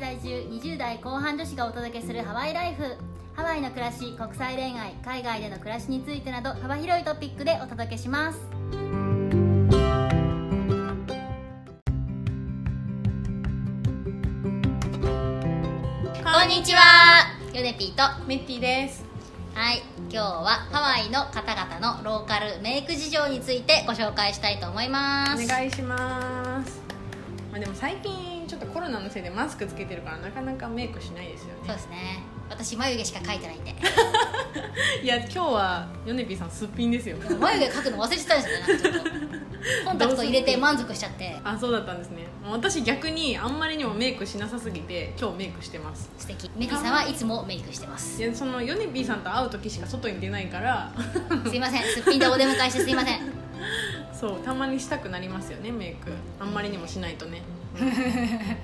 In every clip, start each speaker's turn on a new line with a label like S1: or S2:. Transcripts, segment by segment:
S1: 20代後半女子がお届けするハワイライフハワイの暮らし国際恋愛海外での暮らしについてなど幅広いトピックでお届けしますこんにちはヨネピーと
S2: メッティです
S1: はい今日はハワイの方々のローカルメイク事情についてご紹介したいと思いま
S2: お
S1: す
S2: 願いしますまあでも最近ちょっとコロナのせいでマスクつけてるからなかなかメイクしないですよ
S1: そう
S2: ね
S1: ですね私眉毛しか描いてないんで
S2: いや今日はヨネピーさんすっぴんですよ
S1: でも眉毛描くの忘れてたんですよねなんかちょっとコンタクト入れて満足しちゃって
S2: あそうだったんですねもう私逆にあんまりにもメイクしなさすぎて今日メイクしてます
S1: 素敵メリさんはいつもメイクしてます
S2: いやそのヨネピーさんと会う時しか外に出ないから
S1: すいませんすっぴんでお出迎えしてすいません
S2: そうたまにしたくなりますよねメイクあんまりにもしないとね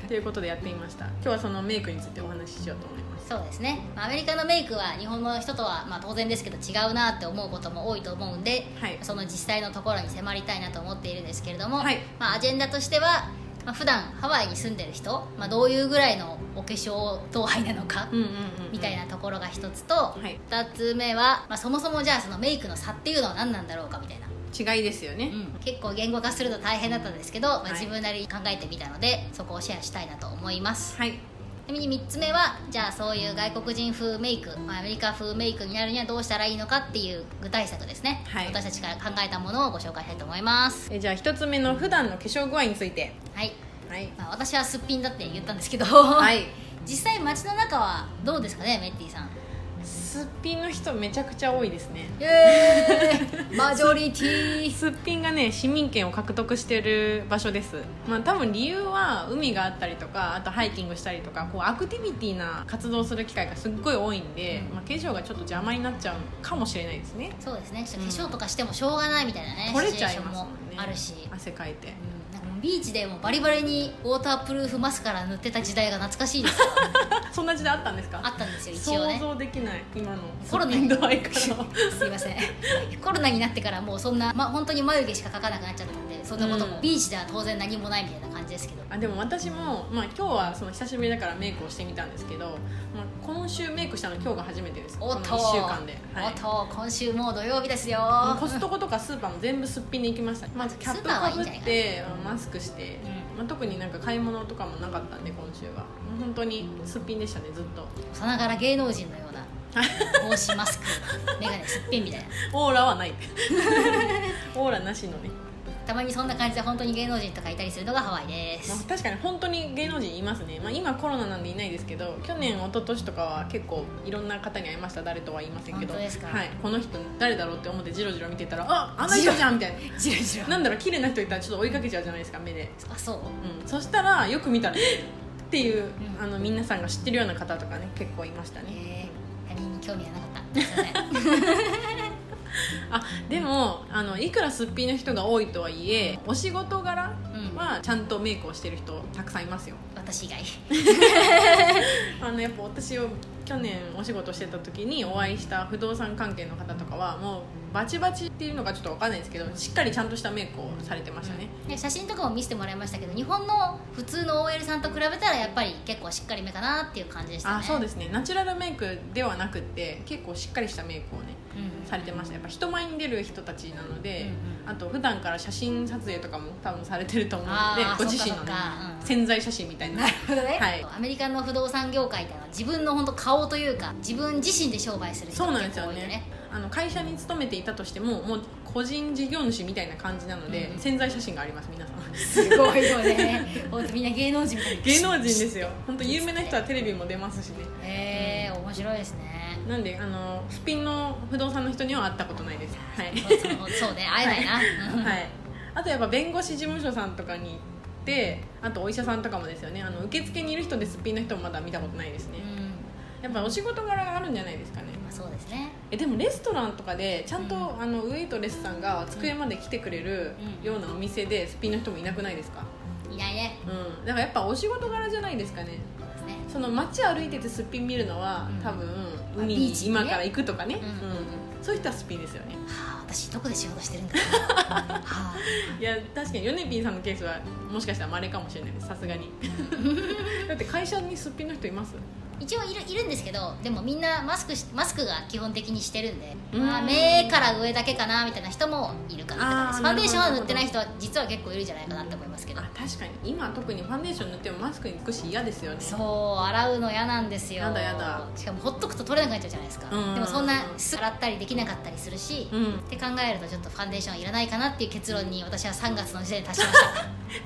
S2: ということでやってみました今日はそのメイクについてお話ししようと思います
S1: そうですねまあアメリカのメイクは日本の人とはまあ当然ですけど違うなって思うことも多いと思うんで、
S2: はい
S1: その実際のところに迫りたいなと思っているんですけれども、
S2: はい
S1: まあ、アジェンダとしては、まあ、普段ハワイに住んでる人、まあ、どういうぐらいのお化粧度合いなのか、
S2: うんうんうん
S1: みたいなところが一つと、
S2: い
S1: 二つ目は、まあ、そもそもじゃあそのメイクの差っていうのは何なんだろうかみたいな
S2: 違いですよね、
S1: 結構言語化するの大変だったんですけど、ま
S2: は
S1: あ、
S2: い
S1: 自分なりに考えてみたので、そこをシェアしたいなと思います
S2: はい
S1: ちなみに3つ目はじゃあそういう外国人風メイクまあアメリカ風メイクになるにはどうしたらいいのかっていう具体策ですね、
S2: はい
S1: 私たちから考えたものをご紹介したいと思います
S2: えじゃあ一つ目の普段の化粧具合について
S1: はい、
S2: はい
S1: まあ、私はすっぴんだって言ったんですけど、
S2: はい
S1: 実際街の中はどうですかねメッティさん
S2: すっぴんの人めちゃくちゃ多いですね
S1: イエ ーイマジョリティー
S2: すっぴんがね市民権を獲得してる場所ですまあ多分理由は海があったりとかあとハイキングしたりとかこうアクティビティな活動する機会がすっごい多いんで、まあ、化粧がちょっと邪魔になっちゃうかもしれないですね
S1: そうですねちょっと化粧とかしてもしょうがないみたいなね、
S2: 取れ
S1: シチ
S2: ち
S1: ュエー
S2: ゃい
S1: ション
S2: ますも
S1: も
S2: んね
S1: あるし
S2: 汗かいて
S1: なんかもうビーチでもうバリバリにウォータープルーフマスカラ塗ってた時代が懐かしいですよ
S2: そんな時代あったんですか
S1: あったんですよ一応
S2: 想
S1: ね
S2: 像できない今の
S1: コロナ
S2: すっぴん度合いから
S1: すいませんコロナになってからもうそんな、ま、本当に眉毛しか描かなくなっちゃったんでそんなことも、
S2: うん
S1: ビーチでは当然何もないみたいな感じですけど
S2: あでも私も、まあ、今日はその久しぶりだからメイクをしてみたんですけど、まあ、今週メイクしたの今日が初めてです
S1: おっと
S2: この1週間で、は
S1: お
S2: い
S1: っと今週もう土曜日ですよ
S2: もうコストコとかスーパーも全部すっぴんで行きましたまずキャップかぶ
S1: スーパーはいいん
S2: っ
S1: じ
S2: てマスクして、まあ、特になんか買い物とかもなかったんで今週はもう本当にすっぴんでしたねずっと
S1: さながら芸能人のような 帽子マスク眼鏡すっぴんみたいな
S2: オーラはない オーラなしのね、
S1: たまにそんな感じで本当に芸能人とかいたりするのがハワイで
S2: まあ
S1: す、
S2: 確かに本当に芸能人いますね、まあ、今コロナなんでいないですけど去年一昨年とかは結構いろんな方に会いました誰とは言いませんけど
S1: 本当ですか
S2: はい、この人誰だろうって思ってジロジロ見てたらああの人じゃんみたいな
S1: じろじろ
S2: なんだろう綺麗な人いたらちょっと追いかけちゃうじゃないですか目で、
S1: あそう
S2: うん、そしたらよく見たらっていう、
S1: うん
S2: あの皆さんが知ってるような方とかね結構いましたね
S1: えー、他人に興味がなかったすいません
S2: あでもあのいくらすっぴんの人が多いとはいえお仕事柄
S1: うん
S2: はちゃんとメイクをしてる人たくさんいますよ
S1: 私以外
S2: あのやっぱ私を去年お仕事してた時にお会いした不動産関係の方とかはもうバチバチっていうのかちょっと分かんないですけどしっかりちゃんとしたメイクをされてましたね、
S1: で写真とかも見せてもらいましたけど日本の普通の OL さんと比べたらやっぱり結構しっかりめかなっていう感じでしたね、
S2: あそうですすねナチュラルメイクではなくって結構しっかりしたメイクをね
S1: うん、
S2: されてましたやっぱ人前に出る人たちなので、
S1: うんうん
S2: あと普段から写真撮影とかも多分されてると思うので
S1: あー
S2: ご自身の、
S1: そっ
S2: ね
S1: かそっかうん
S2: 潜在写真みたいな
S1: なるほどね、
S2: はい
S1: アメリカの不動産業界っていうのは自分の本当顔というか自分自身で商売する人
S2: そう
S1: が
S2: なんで
S1: 結
S2: す
S1: 構
S2: よ
S1: 多い
S2: ね
S1: よね
S2: あの会社に勤めていたとしてももう個人事業主みたいな感じなので、
S1: うん
S2: 潜在写真があります皆さん
S1: すごいよ ね本当みんな芸能人みたいな
S2: 芸能人ですよ本当有名な人はテレビも出ますしね
S1: へえー、面 白いですね
S2: なんであのスピンの不動産の人には会ったことないですはい、
S1: そうそうそうね会えないな、うん
S2: はい、あとやっぱ弁護士事務所さんとかに行ってあとお医者さんとかもですよねあの受付にいる人でスピンの人もまだ見たことないですね、
S1: うん
S2: やっぱお仕事柄があるんじゃないですかね
S1: まあ、そうですね
S2: えでもレストランとかでちゃんと、
S1: うん
S2: あのウエイトレスさんが机まで来てくれる
S1: うん
S2: ようなお店でスピンの人もいなくないですか
S1: いないね
S2: うんだからやっぱお仕事柄じゃないですかね
S1: そうですね
S2: その街歩いててすっぴん見るのは、
S1: うん
S2: 多分
S1: あ
S2: 海
S1: ビ
S2: に
S1: ーチにね
S2: 今から行くとかね、
S1: うん
S2: うんそういう人はすっぴんですよね
S1: はあ私どこで仕事してるんだろうはあ
S2: いや確かにヨネピンさんのケースはもしかしたら稀かもしれないですさすが にだって会社にすっぴんの人います
S1: 一応いるいるんですけどでもみんなマスクしマスクが基本的にしてるんで、
S2: うん
S1: まあ、目から上だけかなみたいな人もいるかなって感じ
S2: あ
S1: です
S2: ー
S1: ファンデーションは
S2: なる
S1: 塗
S2: ほ
S1: っ
S2: ど
S1: てない人は実は結構いるんじゃないかなって思いますけど
S2: あ確かに今特にファンデーション塗ってもマスクにつくし嫌ですよね
S1: そう洗うの嫌なんですよ
S2: やだやだ
S1: しかもほっとくと取れなくなっちゃうじゃないですか
S2: うん
S1: でもそんなすぐ洗ったりできなかったりするし、
S2: うん
S1: って考えるとちょっとファンデーションいらないかなっていう結論に私は3月の時点で達しま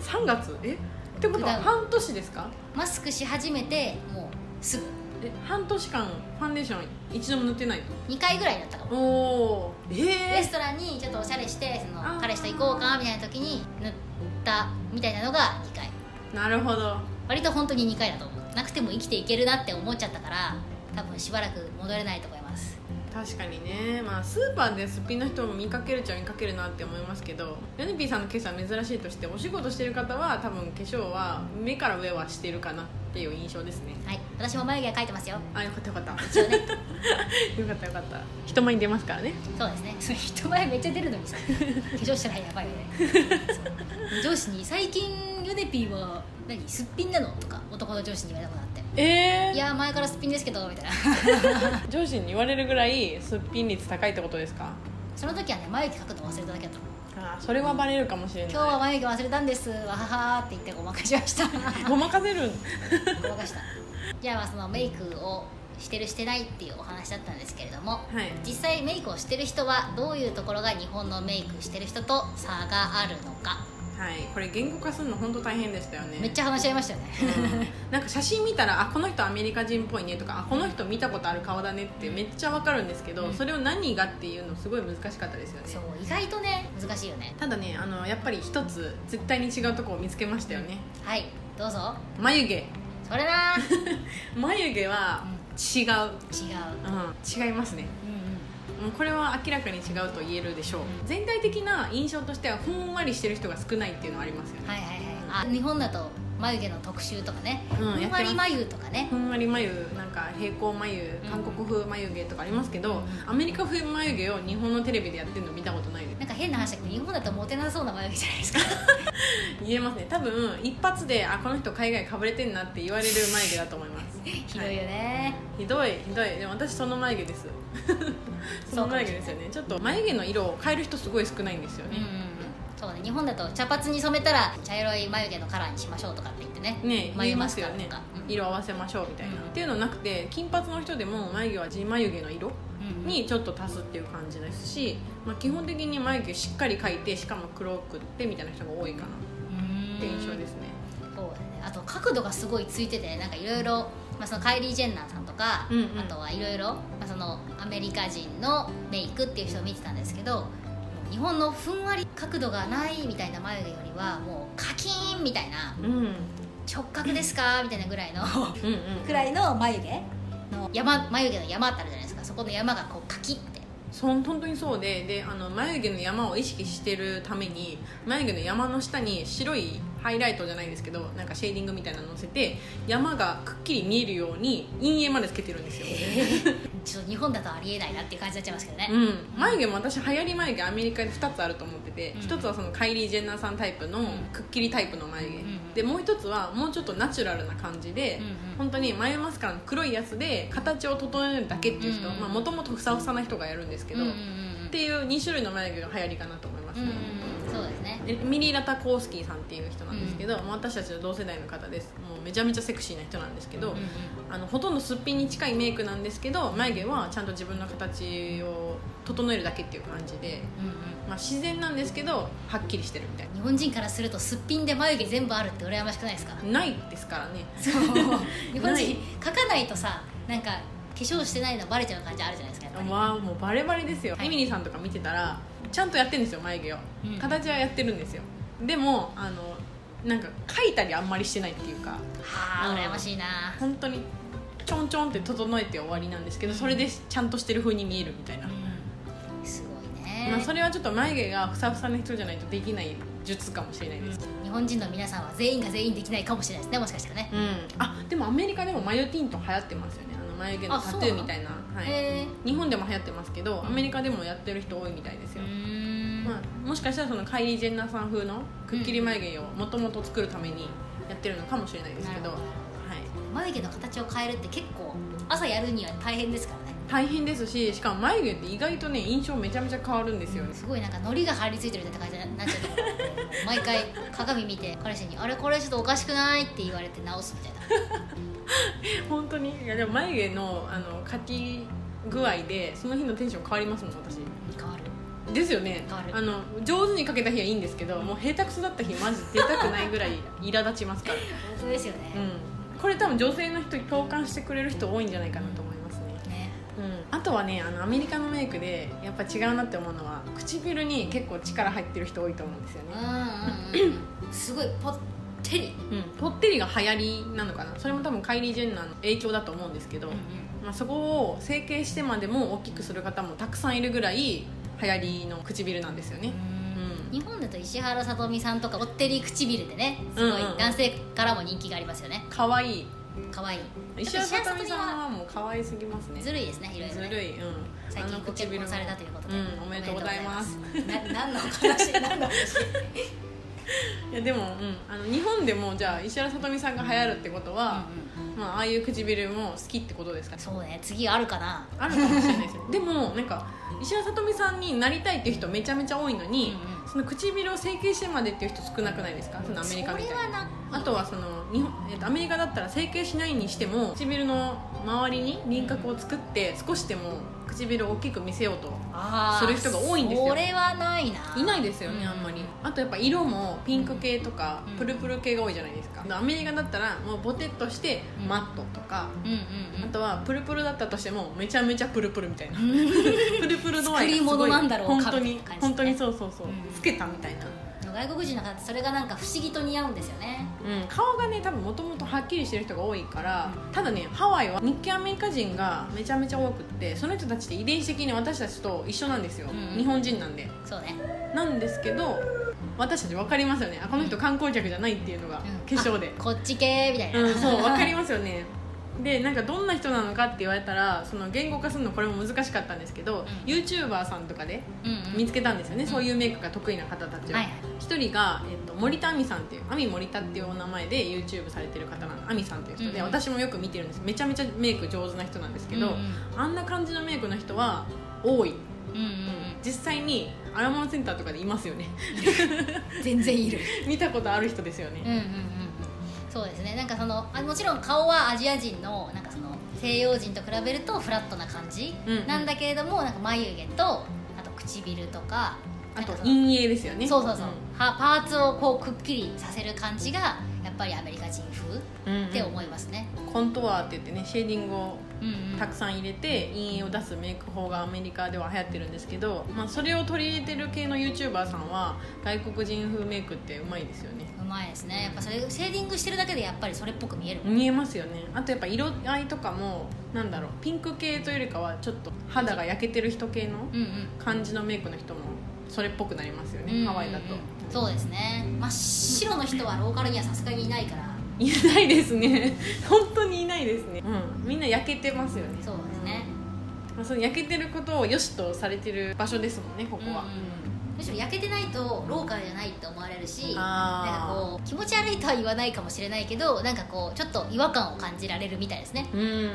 S1: した
S2: 3月えってことは
S1: 普段
S2: 半年ですか
S1: マスクし始めてもうすぐ
S2: え半年間ファンデーション一度も塗ってない
S1: 2回ぐらいだったかも
S2: とおおえ
S1: レ
S2: え
S1: ストランにちょっとおしゃれしてそ
S2: あ
S1: の
S2: ー
S1: 彼氏と行こうかみたいな時に塗ったみたいなのが2回
S2: なるほど
S1: 割と本当に2回だと思うなくても生きていけるなって思っちゃったから多分しばらく戻れないと思います
S2: 確かにね、まあ、スーパーですっぴんの人も見かけるっちゃ見かけるなって思いますけどヨネピーさんのケースは珍しいとしてお仕事してる方は多分化粧は目から上はしてるかなっていう印象ですね
S1: はい私も眉毛は描いてますよ
S2: あよかったよかった
S1: 一 応ね
S2: よかったよかった人前に出ますからね
S1: そうですねそれ人前めっちゃ出るの にさ化粧してないやばいよねそう上司に「最近ヨネピーは何すっぴんなの?」とか男の上司に言われたことあって「
S2: え
S1: いや前からすっぴんですけど」みたいな
S2: ー、上司に言われるぐらいすっぴん率高いってことですか
S1: その時はね眉毛描くの忘れただけだと思う
S2: あーそれはバレるかもしれない
S1: 今日は眉毛忘れたんですわははーって言ってごまかしましたご
S2: ごまかせる
S1: まかしたじゃあまあそのメイクをしてるしてないっていうお話だったんですけれども
S2: はい
S1: 実際メイクをしてる人はどういうところが日本のメイクしてる人と差があるのか
S2: はいこれ言語化するの本当大変でしたよね
S1: めっちゃ話し合いましたよね
S2: うんなんか写真見たらあこの人アメリカ人っぽいねとかあこの人見たことある顔だねってめっちゃわかるんですけど、
S1: うん
S2: それを何がっていうのすごい難しかったですよね
S1: そう意外とね難しいよね
S2: ただねあのやっぱり一つ絶対に違うとこを見つけましたよね
S1: はいどうぞ
S2: 眉毛
S1: それな違う
S2: 眉毛は違う、
S1: う
S2: うん、違いますね
S1: んうん
S2: もうこれは明らかに違うと言えるでしょう全体的な印象としてはふんわりしてる人が少ないっていうのはありますよね、
S1: はいはいはいあ日本だと眉毛の特集とかね
S2: うん
S1: ふんわり眉とかね
S2: ふんわり眉なんか平行眉
S1: うん
S2: 韓国風眉毛とかありますけど、アメリカ風眉毛を日本のテレビでやってるの見たことないです
S1: なんか変な話だけど日本だとモテなそうな眉毛じゃないですか
S2: 言えますね多分一発であこの人海外かぶれてんなって言われる眉毛だと思います
S1: ひどいよね、
S2: ひどいひどいでも私その眉毛です その眉毛ですよねちょっと眉毛の色を変える人すごい少ないんですよ
S1: うんうん
S2: ね、
S1: うんそうね日本だと茶髪に染めたら茶色い眉毛のカラーにしましょうとかって言ってね
S2: ね言
S1: 眉
S2: い
S1: マ
S2: ま
S1: ス
S2: すよ
S1: カラと
S2: ね
S1: か、うん
S2: 色合わせましょうみたいな、
S1: うん
S2: っていうのなくて金髪の人でも眉毛は地眉毛の色
S1: うんうん
S2: にちょっと足すっていう感じですし、まあ、基本的に眉毛しっかり描いてしかも黒くってみたいな人が多いかな
S1: うん
S2: って印象ですね、
S1: そうだねあと角度がすごいついててなんかいろいろまあそのカイリー・ジェンナーさんとか、
S2: うんうん
S1: あとはいろいろまあそのアメリカ人のメイクっていう人を見てたんですけど日本のふんわり角度がないみたいな眉毛よりはもうカキーンみたいな
S2: うん、うんうん
S1: 直角ですかみたいなぐ らいのぐらいの眉毛の山眉毛の山ってあるじゃないですかそこの山がこうカキって
S2: そん本当にそうでであの眉毛の山を意識してるために眉毛の山の下に白いハイライトじゃないですけどなんかシェーディングみたいなの乗せて山がくっきり見えるように陰影までつけてるんです よ、
S1: ちょっと日本だとありえないなっていう感じになっちゃいますけどね、
S2: うん、眉毛も私流行り眉毛アメリカで2つあると思ってて、
S1: うん
S2: 1つはそのカイリー・ジェンナーさんタイプのくっきりタイプの眉毛、
S1: うん
S2: でもう1つはもうちょっとナチュラルな感じで、
S1: うんうん
S2: 本当に眉マスカラの黒いやつで形を整えるだけっていう人
S1: うん
S2: もともとふさふさな人がやるんですけど、
S1: うんうん
S2: っ
S1: うん
S2: ていう2種類の眉毛が流行りかなと思います
S1: うん
S2: ね、
S1: うんうんそうですね
S2: エミリー・ラタ・コースキーさんっていう人なんですけど、もう私たちの同世代の方ですもうめちゃめちゃセクシーな人なんですけど、
S1: うんうん
S2: あのほとんどすっぴんに近いメイクなんですけど眉毛はちゃんと自分の形を整えるだけっていう感じで、
S1: うんうん
S2: まあ、自然なんですけどはっきりしてるみたい
S1: 日本人からするとすっぴんで眉毛全部あるって羨ましくないですか
S2: なないですからね
S1: そう日本
S2: ない
S1: 人描かないとさなんか化粧してないのバレちゃう感じあるじゃないですかやっぱり
S2: わあもうバレバレですよ、
S1: はい
S2: エミリーさんとか見てたらちゃんとやってるんですよ眉毛を、
S1: うん
S2: 形はやってるんですよでもあのなんか描いたりあんまりしてないっていうか
S1: はあ
S2: うん
S1: 羨ましいな
S2: 本当にちょんちょんって整えて終わりなんですけどそれでちゃんとしてる風に見えるみたいな、
S1: すごいね、
S2: まあ、それはちょっと眉毛がふさふさな人じゃないとできない術かもしれないです、
S1: 日本人の皆さんは全員が全員できないかもしれないですねもしかしたらね、
S2: うん、あでもアメリカでも眉ティント流行ってますよねあの眉毛のタトゥーみたいな、はい、
S1: へえ
S2: 日本でも流行ってますけどアメリカでもやってる人多いみたいです
S1: う
S2: よ、
S1: ーん
S2: まあ、もしかしたらそのカイリー・ジェンナーさん風のくっきり眉毛をもともと作るためにやってるのかもしれないですけど
S1: なるほ
S2: はい、
S1: 眉毛の形を変えるって結構朝やるには大変ですからね
S2: 大変ですししかも眉毛って意外とね印象めちゃめちゃ変わるんですよね、
S1: すごいなんかノリが張り付いてるみたいな感じになっちゃったから毎回鏡見て彼氏に「あれこれちょっとおかしくない?」って言われて直すみたいな
S2: 本当にいやでも眉毛のあの描き具合でその日のテンション変わりますもん私
S1: 変わる
S2: ですよね
S1: 変わる
S2: あの上手に描けた日はいいんですけどもう下手くそだった日マジ出たくないぐらい苛立ちますから、
S1: 本当ですよね、
S2: うん、これ多分女性の人共感してくれる人多いんじゃないかなと思いますね
S1: ね
S2: うん、あとはねあのアメリカのメイクでやっぱ違うなって思うのは唇に結構力入ってる人多いと思うんですよ
S1: う
S2: ね、
S1: んうんうんうんすごいぽってり、
S2: うん、ぽってりが流行りなのかなそれも多分カイリー・ジェンナーの影響だと思うんですけど、まあ、そこを整形してまでも大きくする方もたくさんいるぐらい流行りの唇なんですよね、
S1: うん日本だと石原さとみさんとかぽってり唇でねすごい
S2: うんうん
S1: 男性からも人気がありますよね
S2: 可愛い
S1: 可愛い
S2: 石原さとみさんはもう可愛すぎますね
S1: ずるいですねいろいろ
S2: ず
S1: ね
S2: るい、うん、
S1: 最近ご結婚されたということで、
S2: うんおめでとうございます
S1: おめでとうございますな何 の話何の話
S2: いやでも、うん、あの日本でもじゃあ石原さとみさんが流行るってことは、まあ、ああいう唇も好きってことですかね
S1: そうね次あるかな
S2: あるかもしれない ですよでもなんか石原さとみさんになりたいっていう人めちゃめちゃ多いのに、
S1: うんうん
S2: その唇を整形してまでっていう人少なくないですかそのアメリカみたい
S1: それ
S2: な
S1: はな
S2: あとはその日本、えっとアメリカだったら整形しないにしても唇の周りに輪郭を作って少しでも唇を大きく見せようと
S1: あー
S2: する人が多いんですよ
S1: それはないない
S2: いないいですよね、
S1: うん
S2: あんまりあとやっぱ色もピンク系とか、
S1: うん
S2: プルプル系が多いじゃないですかアメリカだったらもうボテッとして
S1: うん
S2: マットとか、
S1: うんうんう
S2: あ
S1: ん
S2: とはプルプルだったとしてもめちゃめちゃプルプルみたいな プルプル度合いがすごい
S1: 作り物なんだろう
S2: 本当
S1: 神
S2: に
S1: って感じね
S2: 本当にそうそうそう、
S1: うん
S2: つけたみたいな、
S1: 外国人の方ってそれがなんか不思議と似合うんですよね
S2: うん、顔がね多分もともとはっきりしてる人が多いからただねハワイは日系アメリカ人がめちゃめちゃ多くってその人たちって遺伝子的に私たちと一緒なんですよ、
S1: うん
S2: 日本人なんで
S1: そうね、
S2: なんですけど私たち分かりますよねあこの人観光客じゃないっていうのが
S1: うん
S2: 化粧で
S1: あこっち系みたいな、
S2: うん、 そう分かりますよねでなんかどんな人なのかって言われたらその言語化するのこれも難しかったんですけど、
S1: うん
S2: YouTuber さんとかで
S1: うんうん、
S2: 見つけたんですよね、
S1: ん
S2: そういうメイクが得意な方たちを
S1: はいはい
S2: 一、人が、えっと森田亜美さんっていう亜美森田っていうお名前で YouTube されてる方なの亜美さんっていう人で、
S1: うん
S2: 私もよく見てるんですめちゃめちゃメイク上手な人なんですけど、
S1: うんうん
S2: あんな感じのメイクの人は多い、
S1: うんうん
S2: 実際にアラモンセンターとかでいますよね
S1: うん全然いる
S2: 見たことある人ですよね、
S1: うんうんうんうんそうですねなんかそのあもちろん顔はアジア人のなんかその西洋人と比べるとフラットな感じ
S2: うんうん
S1: なんだけれども、なんか眉毛とあと唇とか
S2: あと
S1: なんかその
S2: 陰影ですよね
S1: そうそうそう、はパーツをこうくっきりさせる感じがやっぱりアメリカ人風
S2: うん、うんうん
S1: って思いますね、
S2: コントワーって言ってねシェーディングを
S1: うんうん
S2: たくさん入れて陰影を出すメイク法がアメリカでは流行ってるんですけど、まあ、それを取り入れてる系の YouTuber さんは外国人風メイクってうまいですよね
S1: うまいですねやっぱそれシェーディングしてるだけでやっぱりそれっぽく見えるもん、
S2: 見えますよねあとやっぱ色合いとかもなんだろうピンク系というよりかはちょっと肌が焼けてる人系の
S1: うんうん
S2: 感じのメイクの人もそれっぽくなりますよ
S1: うんうんう
S2: ね
S1: ん
S2: ハワイだと
S1: そうですね真っ白の人はローカルにはさすがにいないから
S2: いないですね 本当にいないですね、うん、みんな焼けてますよね
S1: そうですね、
S2: まあその焼けてることを良しとされてる場所ですもんねここは、
S1: むしろ焼けてないとローカルじゃないって思われるしなんか
S2: あ
S1: こう気持ち悪いとは言わないかもしれないけどなんかこうちょっと違和感を感じられるみたいですね
S2: あうん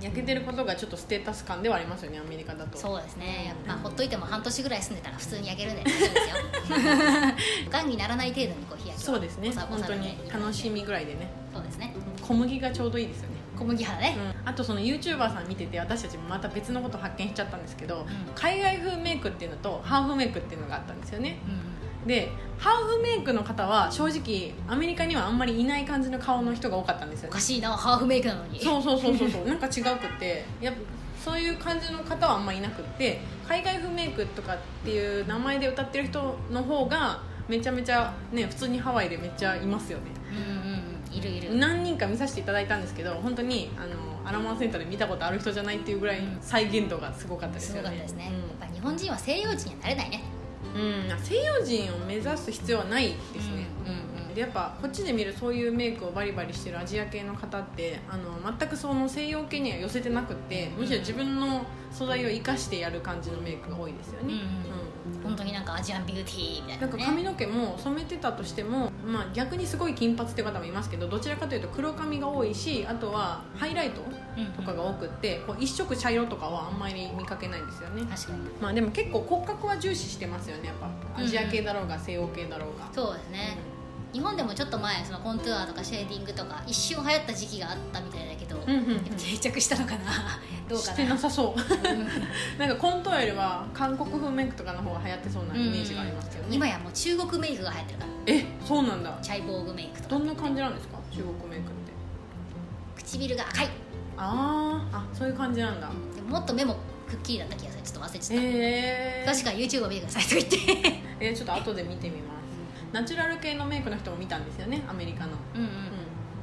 S2: 焼けてることがちょっとステータス感ではありますよねアメリカだと
S1: そうですね、やっぱほっといても半年ぐらい住んでたら普通に焼けるんで大丈夫ですよ がんにならない程度にこう日焼けを
S2: そうですね
S1: おさお
S2: 本
S1: さ
S2: 当
S1: めで
S2: に楽しみぐらいでね
S1: そうですね
S2: 小麦がちょうどいいですよね
S1: 小麦肌ね、
S2: うん、あとその YouTuber さん見てて私たちもまた別のこと発見しちゃったんですけど、海外風メイクっていうのとハーフメイクっていうのがあったんですよね
S1: うん
S2: でハーフメイクの方は正直アメリカにはあんまりいない感じの顔の人が多かったんですよ
S1: お
S2: ね
S1: かしいなハーフメイクなのに
S2: そうそうそうそうそうなんか違うくてやっぱそういう感じの方はあんまいなくって海外風メイクとかっていう名前で歌ってる人の方がめちゃめちゃね普通にハワイでめっちゃいますよね
S1: うんうんうんいるいる
S2: 何人か見させていただいたんですけど本当にあのアラモンセンターで見たことある人じゃないっていうぐらい再現度がすごかったですよ
S1: す
S2: ね
S1: ごかったですね、やっぱ日本人は西洋人にはなれないね
S2: うん、うん西洋人を目指す必要はないですね、
S1: うんうんうん
S2: でやっぱこっちで見るそういうメイクをバリバリしてるアジア系の方ってあの全くその西洋系には寄せてなくってむしろ自分の素材を生かしてやる感じのメイクが多いですよね、
S1: うん本当になんかアジアンビューティーみたい
S2: な
S1: なん
S2: か
S1: ね
S2: 髪の毛も染めてたとしても、まあ、逆にすごい金髪って方もいますけどどちらかというと黒髪が多いしあとはハイライトとかが多くってこう一色茶色とかはあんまり見かけないんですよね
S1: うん、確かに
S2: まあでも結構骨格は重視してますよねやっぱアジア系だろうが西洋系だろうが、
S1: そうですね日本でもちょっと前そのコントゥアとかシェーディングとか一瞬流行った時期があったみたいだけど、
S2: うんうんうん
S1: 定着したのか などうか
S2: して
S1: な
S2: なさそう
S1: うん
S2: なんかコントよりは韓国風メイクとかの方が流行ってそうなイメージがありますけどね、
S1: 今やもう中国メイクが流行ってるから
S2: えそうなんだ
S1: チャイボーグメイクと
S2: ど
S1: か
S2: んな感じなんですか中国メイクって
S1: 唇が赤い
S2: あーあそういう感じなんだ
S1: でももっと目もくっきりだった気がするちょっと忘れちゃった、
S2: えー、
S1: 確か YouTube を見てくださいと言って
S2: えーちょっと後で見てみますナチュラル系のメイクの人も見たんですよねアメリカの、 うん、
S1: うんうん、
S2: っ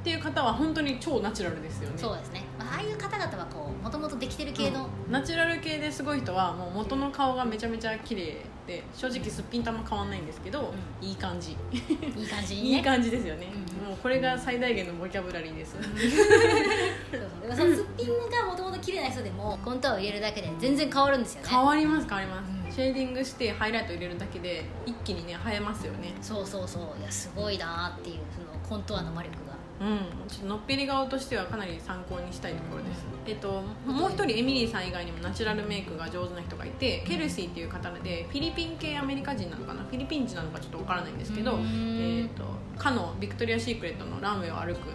S2: ていう方は本当に超ナチュラルですよね
S1: そうですね、まあ、ああいう方々はこうもともとできてる系の、
S2: うんナチュラル系ですごい人はもう元の顔がめちゃめちゃ綺麗で正直すっぴんたま変わんないんですけど、いい感じ
S1: いい感じに
S2: い
S1: ね
S2: い感じですよね、
S1: うん
S2: もうこれが最大限のボキャブラリーです、
S1: そうそうだからそのすっぴんがもともと綺麗な人でもコントゥアを入れるだけで全然変わるんですよね
S2: 変わります変わります、
S1: うん
S2: シェーディングしてハイライト入れるだけで一気にね映えますよね
S1: そうそうそういやすごいなっていうそのコントゥアの魔力が
S2: うんちょっとのっぺり顔としてはかなり参考にしたいところです、えっともう一人エミリーさん以外にもナチュラルメイクが上手な人がいてケルシーっていう方でフィリピン系アメリカ人なのかなフィリピン人なのかちょっとわからないんですけど、
S1: うーん
S2: えっとかのビクトリア・シークレットのランウェイを歩く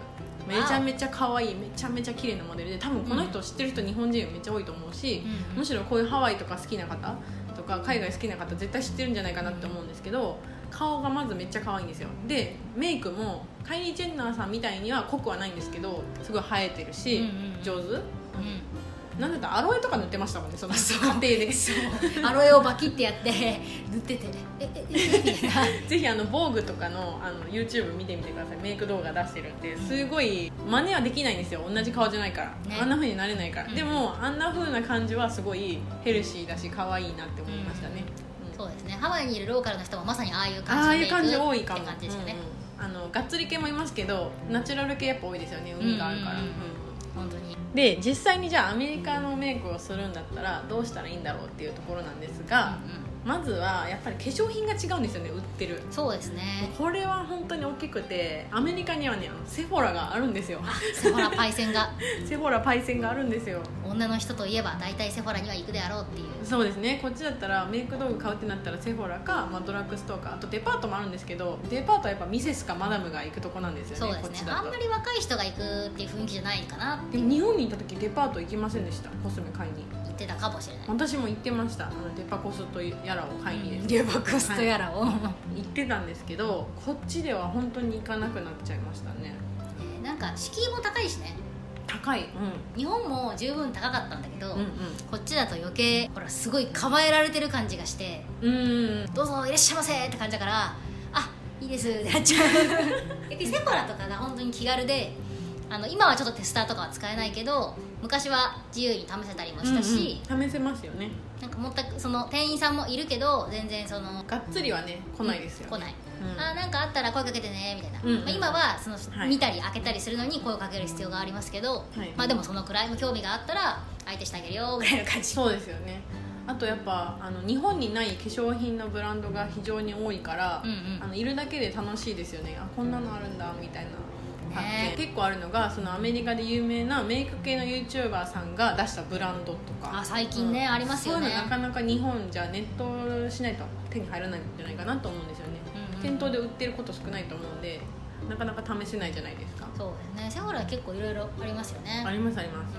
S2: めちゃめちゃ可愛いめちゃめちゃ綺麗なモデルで多分この人知ってる人日本人めっちゃ多いと思うし、むしろこういうハワイとか好きな方とか海外好きな方絶対知ってるんじゃないかなって思うんですけど顔がまずめっちゃ可愛いんですよでメイクもカイリー・ジェンナーさんみたいには濃くはないんですけどすごい生えてるし、
S1: うんうんうん
S2: 上手、
S1: う
S2: なんだったらアロエとか塗ってましたもんねその家庭で
S1: ん、アロエをバキってやって塗っててねえええみたいな
S2: ぜひあの防具とかのあの YouTube 見てみてくださいメイク動画出してるんですごい真似はできないんですよ同じ顔じゃないから、
S1: ね
S2: あんな風になれないから、
S1: うん
S2: でもあんな風な感じはすごいヘルシーだし可愛いなって思いましたね、うん
S1: そうですねハワイにいるローカルの人もまさにああいう
S2: ああ
S1: 感じ
S2: い
S1: で
S2: う感じ多いか
S1: っ
S2: も
S1: て感じでしたね、
S2: うんうんあのがっつり系もいますけどナチュラル系やっぱ多いですよね海があるから、
S1: うんうんうん
S2: う
S1: 本当に
S2: んで実際にじゃあアメリカのメイクをするんだったらどうしたらいいんだろうっていうところなんですが、まずはやっぱり化粧品が違うんですよね売ってる
S1: うんそうですね
S2: これは本当に大きくてアメリカにはねあのセフォラがあるんですよ
S1: セフォラパイセンが
S2: セフォラパイセンがあるんですよ
S1: 女の人といえば大体セフォラには行くであろうっていう
S2: そうですねこっちだったらメイク道具買うってなったらセフォラか、まあ、ドラッグストアかあとデパートもあるんですけどデパートはやっぱミセスかマダムが行くとこなんですよね
S1: そうで
S2: こっ
S1: す
S2: ち
S1: ね
S2: だ
S1: あ
S2: と
S1: んまり若い人が行くっていう雰囲気じゃないかなって
S2: でも日本にいた時デパート行きませんでしたコスメ買いに
S1: 言ってたかもしれない
S2: 私も行ってましたあのデパコスとやらを買いにですね
S1: デバクストやらを、
S2: 行ってたんですけどこっちでは本当に行かなくなっちゃいましたね
S1: えーなんか敷居も高いしね
S2: 高い
S1: 日本も十分高かったんだけど、
S2: うん
S1: こっちだと余計ほらすごい構えられてる感じがして
S2: うんうん
S1: 「どうぞいらっしゃいませ」って感じだから「あいいです」ってなっち ゃう逆にセフォラとかが本当に気軽であの今はちょっとテスターとかは使えないけど昔は自由に試せたりもしたし、
S2: うんうん試せますよね
S1: なんか全くその店員さんもいるけど全然その
S2: がっつりはね来ないですよ、
S1: 来ない、
S2: うん
S1: あーなんかあったら声かけてねみたいな、
S2: うんうん
S1: まあ、今はその、
S2: はい
S1: 見たり開けたりするのに声をかける必要がありますけど、
S2: はい
S1: まあでもそのくらいの興味があったら相手してあげるよぐらいの感じ
S2: そうですよねあとやっぱあの日本にない化粧品のブランドが非常に多いから、
S1: うんうん
S2: あのいるだけで楽しいですよねあこんなのあるんだみたいな発
S1: ね
S2: 見結構あるのがそのアメリカで有名なメイク系の YouTuber さんが出したブランドとか
S1: あ最近ね、
S2: うん
S1: ありますよ
S2: そ
S1: ね
S2: ういうのなかなか日本じゃネットしないと手に入らないんじゃないかなと思うんですよね、
S1: うんうん
S2: 店頭で売ってること少ないと思うんでなかなか試せないじゃないですか
S1: そうですねセフォラは結構いろいろありますよね
S2: ありますあります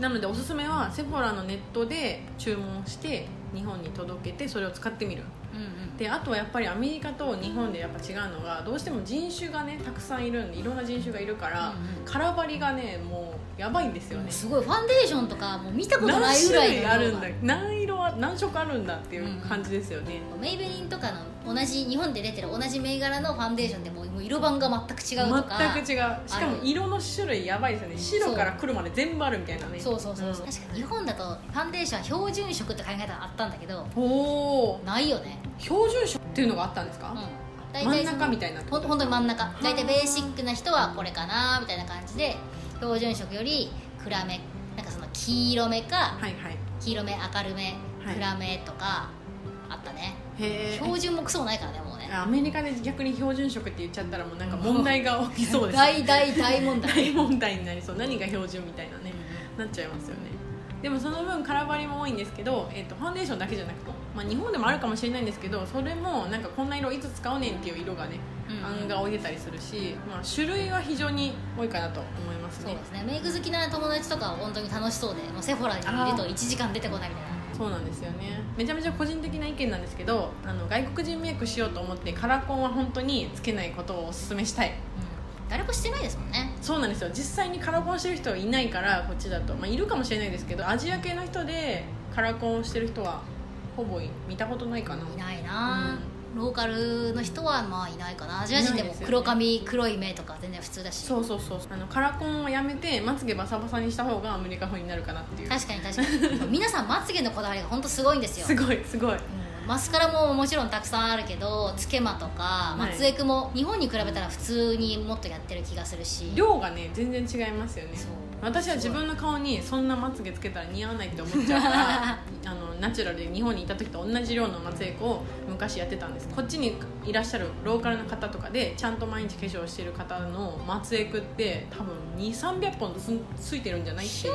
S2: なのでおすすめはセフォラのネットで注文して日本に届けてそれを使ってみる
S1: うんうんうん
S2: であとはやっぱりアメリカと日本でやっぱ違うのがどうしても人種がねたくさんいるんでいろんな人種がいるから、
S1: うんうん
S2: カラバリがねもうやばいんですよね
S1: すごいファンデーションとかもう見たことな
S2: 何
S1: いぐ
S2: 種
S1: らい
S2: 類
S1: の
S2: あるんだ何色は何色あるんだっていう感じですよね、
S1: メイベリンとかの同じ日本で出てる同じ銘柄のファンデーションでももう色番が全く違うとか
S2: 全く違うしかも色の種類やばいですよね白から黒まで全部あるみたいなね
S1: そうそうそうそう、
S2: ん
S1: 確かに日本だとファンデーションは標準色って考え方あったんだけど
S2: おお
S1: ないよね
S2: 標準色っていうのがあったんですか、
S1: うん
S2: あ
S1: 大体
S2: 真
S1: その
S2: ん中みたいな
S1: ほん本当に真ん中大体ベーシックな人はこれかなみたいな感じで標準色より暗めなんかその黄色めか
S2: はいはい
S1: 黄色め明るめ
S2: はい
S1: 暗めとかあったね、
S2: へ
S1: 標準もクソもないからねもうね
S2: えアメリカで逆に標準色って言っちゃったらもうなんか問題が起きそうです
S1: 大大大問題
S2: 大問題になりそう何が標準みたいなねなっちゃいますよねでもその分カラーバリも多いんですけど、えっとファンデーションだけじゃなくて、まあ、日本でもあるかもしれないんですけどそれもなんかこんな色いつ使うねんっていう色がね、
S1: うん
S2: 案が置いてたりするし、まあ、種類は非常に多いかなと思います
S1: そう
S2: ね
S1: ですねメイク好きな友達とかは本当に楽しそうでもうセフォラにいると
S2: あー
S1: 1時間出てこないみたいな
S2: そうなんですよねめちゃめちゃ個人的な意見なんですけどあの外国人メイクしようと思ってカラコンは本当につけないことをおすすめしたい
S1: うん誰もしてないですもんね
S2: そうなんですよ実際にカラコンしてる人はいないからこっちだと、まあ、いるかもしれないですけどアジア系の人でカラコンをしてる人はほぼ見たことないかない
S1: ないな、ローカルの人はまあいないかなアジア人
S2: い
S1: で
S2: ない
S1: も
S2: ですよね
S1: 黒髪、黒い目とか全然普通だし
S2: そうそうそうあのカラコンをやめてまつげバサバサにした方がアメリカ風になるかなっていう
S1: 確かに確 かに皆さんまつげのこだわりが本当すごいんですよ
S2: すごいすごい
S1: うんマスカラももちろんたくさんあるけどつけまとか
S2: い
S1: 松江区も日本に比べたら普通にもっとやってる気がするし
S2: 量がね全然違いますよね
S1: そう
S2: 私は自分の顔にそんなまつげつけたら似合わないって思っちゃうから あのナチュラルで日本にいた時と同じ量のまつげ粉を昔やってたんですこっちにいらっしゃるローカルの方とかでちゃんと毎日化粧してる方のまつげ粉って多分2 3 0 0本つついてるんじゃないっていう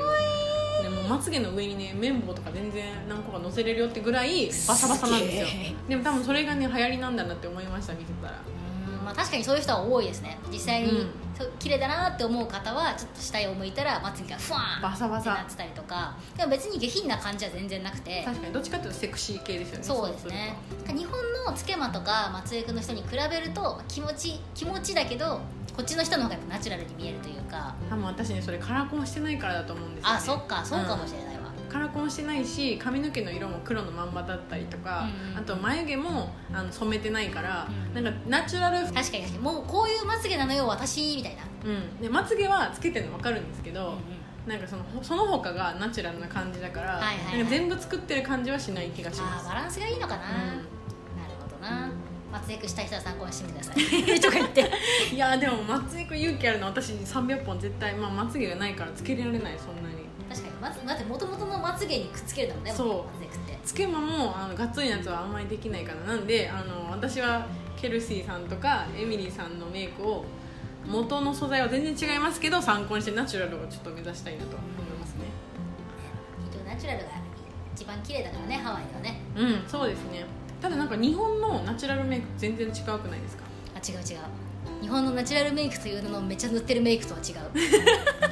S2: でもまつげの上にね綿棒とか全然何個か乗せれるよってぐらいバサバサなんですよ
S1: すげえ
S2: でも多分それがね流行りなんだなって思いました見てたら
S1: うんまあ、確かにそういう人は多いですね実際に、
S2: うん
S1: そう綺麗だなって思う方はちょっと下へを向いたらまつげがふわーん
S2: バサバ
S1: ってな
S2: サ
S1: ってたりとかでも別に下品な感じは全然なくて
S2: 確かにどっちかっていうとセクシー系ですよね
S1: そうですね日本のつけまとか松江区の人に比べるとまあ気持ち気持ちだけどこっちの人の方がやっぱナチュラルに見えるというか
S2: 多分私ねそれカラコンしてないからだと思うんですよ、ね、
S1: あそっかそうかもしれないわ、
S2: カラコンしてないし髪の毛の色も黒のまんまだったりとか、
S1: うん
S2: あと眉毛もあの染めてないから、
S1: うん
S2: なんかナチュラル
S1: 確かに確かにもうこういうまつげなのよ私みたいな、
S2: うん、でまつげはつけてるの分かるんですけ
S1: うん
S2: ど
S1: うん、
S2: なんかそのその他がナチュラルな感じだから、
S1: はいはいはい
S2: なんか全部作ってる感じはしない気がしま
S1: あー
S2: す
S1: バランスがいいのかな、
S2: う
S1: なるほどな松江区したい人は参考にしてみてくださ いとか言って
S2: ん、いやでもまつげ勇気あるの私300本絶対、まあ、まつげがないからつけられないそんなに
S1: 確かにまずだってもともとのまつげにくっつけるんだもんね
S2: そう
S1: まつげくって
S2: つけまもあのがっつりなやつはあんまりできないかななんであの私はケルシーさんとかエミリーさんのメイクを元の素材は全然違いますけど参考にしてナチュラルをちょっと目指したいなと思いますね
S1: きっとナチュラルが一番綺麗だからねハワイではね
S2: うんそうですねただなんか日本のナチュラルメイク全然違うくないですか
S1: あ違う違う日本のナチュラルメイクというののめっちゃ塗ってるメイクとは違 う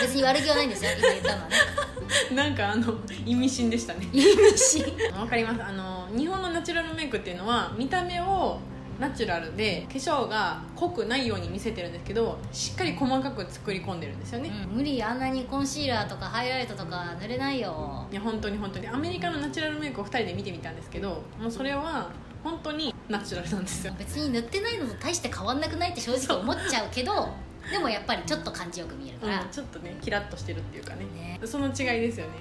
S1: 別に悪気はないんですよ今言ったのはね
S2: なんかあの意味深でしたね
S1: 意味深
S2: わかりますあの日本のナチュラルメイクっていうのは見た目をナチュラルで化粧が濃くないように見せてるんですけどしっかり細かく作り込んでるんですよね、
S1: うん無理あんなにコンシーラーとかハイライトとか塗れないよ
S2: いや本当に本当にアメリカのナチュラルメイクを2人で見てみたんですけどもうそれは本当にナチュラルなんですよ
S1: 別に塗ってないのと大して変わんなくないって正直思っちゃうけどでもやっぱりちょっと感じよく見えるから、
S2: うんちょっとねキラッとしてるっていうかね
S1: ね
S2: その違いですよね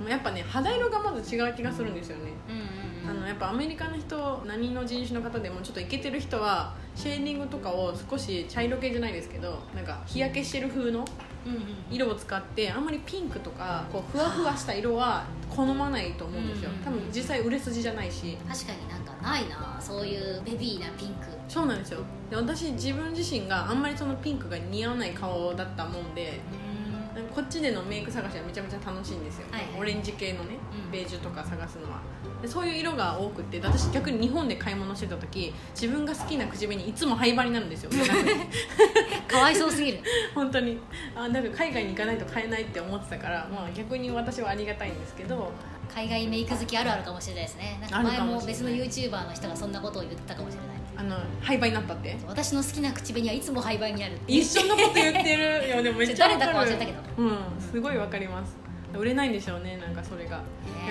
S1: う
S2: もうやっぱね肌色がまず違う気がするんですよね
S1: んうんうん
S2: あ
S1: うん
S2: のやっぱアメリカの人何の人種の方でもちょっとイケてる人はシェーディングとかを少し茶色系じゃないですけどなんか日焼けしてる風の
S1: うんうん
S2: 色を使ってあんまりピンクとかこうふわふわした色は好まないと思うんですよ多分実際売れ筋じゃないし
S1: 確かになんかないなそういうベビーなピンク
S2: そうなんですよで私自分自身があんまりそのピンクが似合わない顔だったもんでなんかこっちでのメイク探しはめちゃめちゃ楽しいんですよ、
S1: はいはい
S2: オレンジ系のね、
S1: うん
S2: ベージュとか探すのはでそういう色が多くて私逆に日本で買い物してた時自分が好きな口紅いつも廃盤になるんです よ
S1: かわいそうすぎる
S2: 本当にあだから海外に行かないと買えないって思ってたから、まあ、逆に私はありがたいんですけど
S1: 海外メイク好きあるあるかもしれないですねなんか
S2: ある
S1: 前
S2: かも
S1: も
S2: しれない
S1: 別の YouTuber の人がそんなことを言ってたかもしれない
S2: あの廃盤になった って
S1: 私の好きな口紅はいつも廃盤にあるって
S2: 一緒のこと言ってるよでもめっちゃ
S1: 誰だか
S2: わ
S1: 忘
S2: る
S1: れたけど
S2: うんすごいわかります売れないんでしょうねなんかそれが、
S1: ね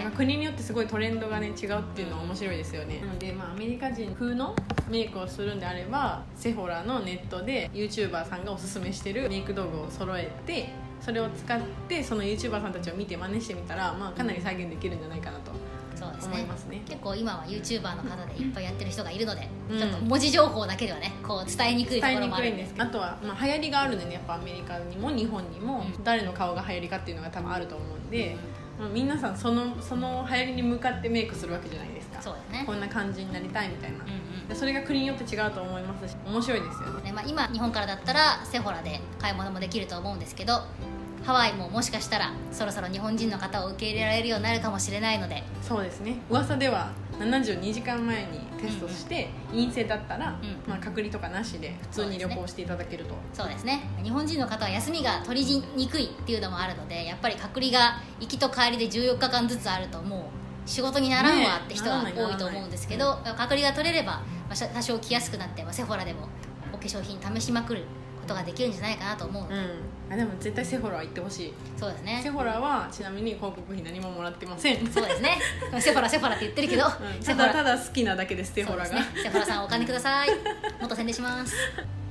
S2: なんか国によってすごいトレンドがね違うっていうのは面白いですよね、なので、まあ、アメリカ人風のメイクをするんであればセフォラのネットで YouTuber さんがおすすめしてるメイク道具を揃えてそれを使ってその YouTuber さんたちを見て真似してみたら、まあ、かなり再現できるんじゃないかなと
S1: そうですね
S2: 思いますね
S1: 結構今は YouTuber の方でいっぱいやってる人がいるので、
S2: うん
S1: ちょっと文字情報だけではねこう伝えにくいと
S2: 伝
S1: こ
S2: え
S1: ろ
S2: に
S1: もあ
S2: く
S1: る
S2: いんですけどあとは、まあ、流行りがあるんでねやっぱアメリカにも日本にも
S1: うん
S2: 誰の顔が流行りかっていうのが多分あると思うんで、まあ、皆さんそのその流行りに向かってメイクするわけじゃないですか
S1: そうですね
S2: こんな感じになりたいみたいな
S1: うん、うん
S2: でそれが国によって違うと思いますし面白いですよね
S1: ねまあ、今日本からだったらセフォラで買い物もできると思うんですけどハワイももしかしたらそろそろ日本人の方を受け入れられるようになるかもしれないので
S2: そうですね噂では72時間前にテストして陰性だったら、
S1: うん
S2: まあ、隔離とかなしで普通に旅行していただけると、
S1: そうですね日本人の方は休みが取りにくいっていうのもあるのでやっぱり隔離が行きと帰りで14日間ずつあるともう仕事にならんわって人は
S2: ねえ
S1: 多いと思うんですけど、隔離が取れれば、まあしゃ多少来やすくなって、まあ、セフォラでもお化粧品試しまくることができるんじゃないかなと思うので、
S2: うんあでも絶対セフォラは行ってほしい
S1: そうで
S2: セ
S1: すね
S2: フォラはちなみに広告費何ももらってません、うん
S1: そ うですねセフォラセフォラって言ってるけど、
S2: た
S1: セフォ
S2: だ
S1: ラ
S2: ただ好きなだけですセフォラ
S1: そ
S2: が、
S1: うですね、セフォラさんお金くだ さいもっと宣伝します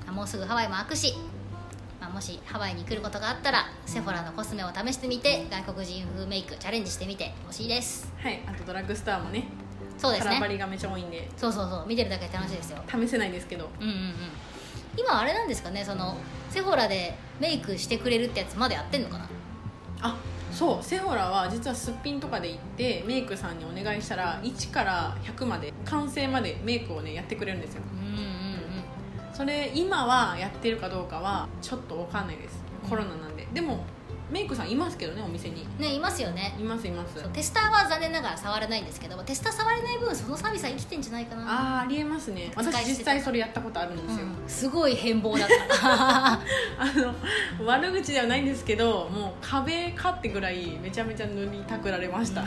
S1: あもうすぐハワイも開くし、まあ、もしハワイに来ることがあったらセフォラのコスメを試してみて外国人風メイクチャレンジしてみてほしいです
S2: はいあとドラッグストアもね
S1: そうです
S2: カラバ
S1: ね
S2: リがめちゃ多いんで
S1: そうそうそう見てるだけで楽しいですよ
S2: 試せないんですけど
S1: うんうんうん今あれなんですかねそのセフォラでメイクしてくれるってやつまだやってんのかな
S2: あそうセフォラは実はすっぴんとかで行ってメイクさんにお願いしたら1から100まで完成までメイクをねやってくれるんですよ
S1: うんうんうん
S2: それ今はやってるかどうかはちょっと分かんないですコロナなんででもメイクさんいますけどねお店に
S1: ねいますよね
S2: いますいます
S1: そうテスターは残念ながら触れないんですけどテスター触れない分そのサービスは生きてんじゃないかな
S2: あーありえますね
S1: 使い捨て
S2: 私実際それやったことあるんですよ、
S1: うんすごい変貌だった
S2: あの 悪口ではないんですけどもう壁かってぐらいめちゃめちゃ塗りたくられました、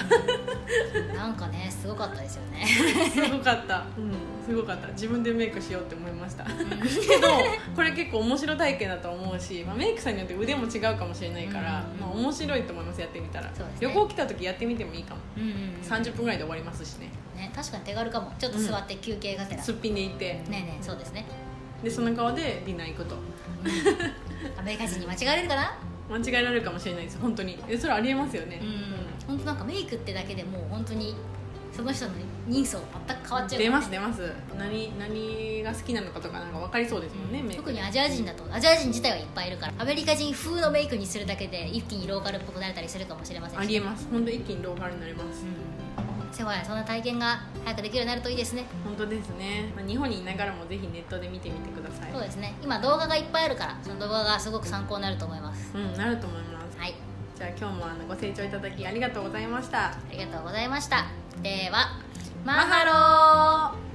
S1: なんかねすごかったですよ ね
S2: すごかった、うん、すごかった自分でメイクしようって思いましたけどこれ結構面白体験だと思うし、まあ、メイクさんによって腕も違うかもしれないから、
S1: うん
S2: まあ、面白いと思いますやってみたら、
S1: そうですね
S2: 旅行来た時やってみてもいいかも、
S1: うんうんうん
S2: 30分ぐらいで終わりますしね
S1: ね確かに手軽かもちょっと座って休憩がてら、
S2: すっぴんで行って
S1: ねえねえそうですね、
S2: でその顔でディナー行くと
S1: アメリカ人に間違われるかな
S2: 間違えられるかもしれないです本当にえそれありえますよね、
S1: うん本当なんかメイクってだけでもう本当にその人の人相全く変わっちゃう
S2: 出ます出ます何何が好きなのかとかなんか分かりそうですもんね、メイク
S1: 特にアジア人だとアジア人自体はいっぱいいるからアメリカ人風のメイクにするだけで一気にローカルっぽくなれたりするかもしれませんし
S2: ありえます本当一気にローカルになります、
S1: うんセフォラでそんな体験が早くできるようになるといいですね
S2: 本当ですね、まあ、日本にいながらもぜひネットで見てみてください
S1: そうですね今動画がいっぱいあるからその動画がすごく参考になると思います
S2: うんなると思います
S1: はい
S2: じゃあ今日もあのご清聴いただきありがとうございました
S1: ありがとうございました。では、
S2: マ
S1: マハロ
S2: ハロー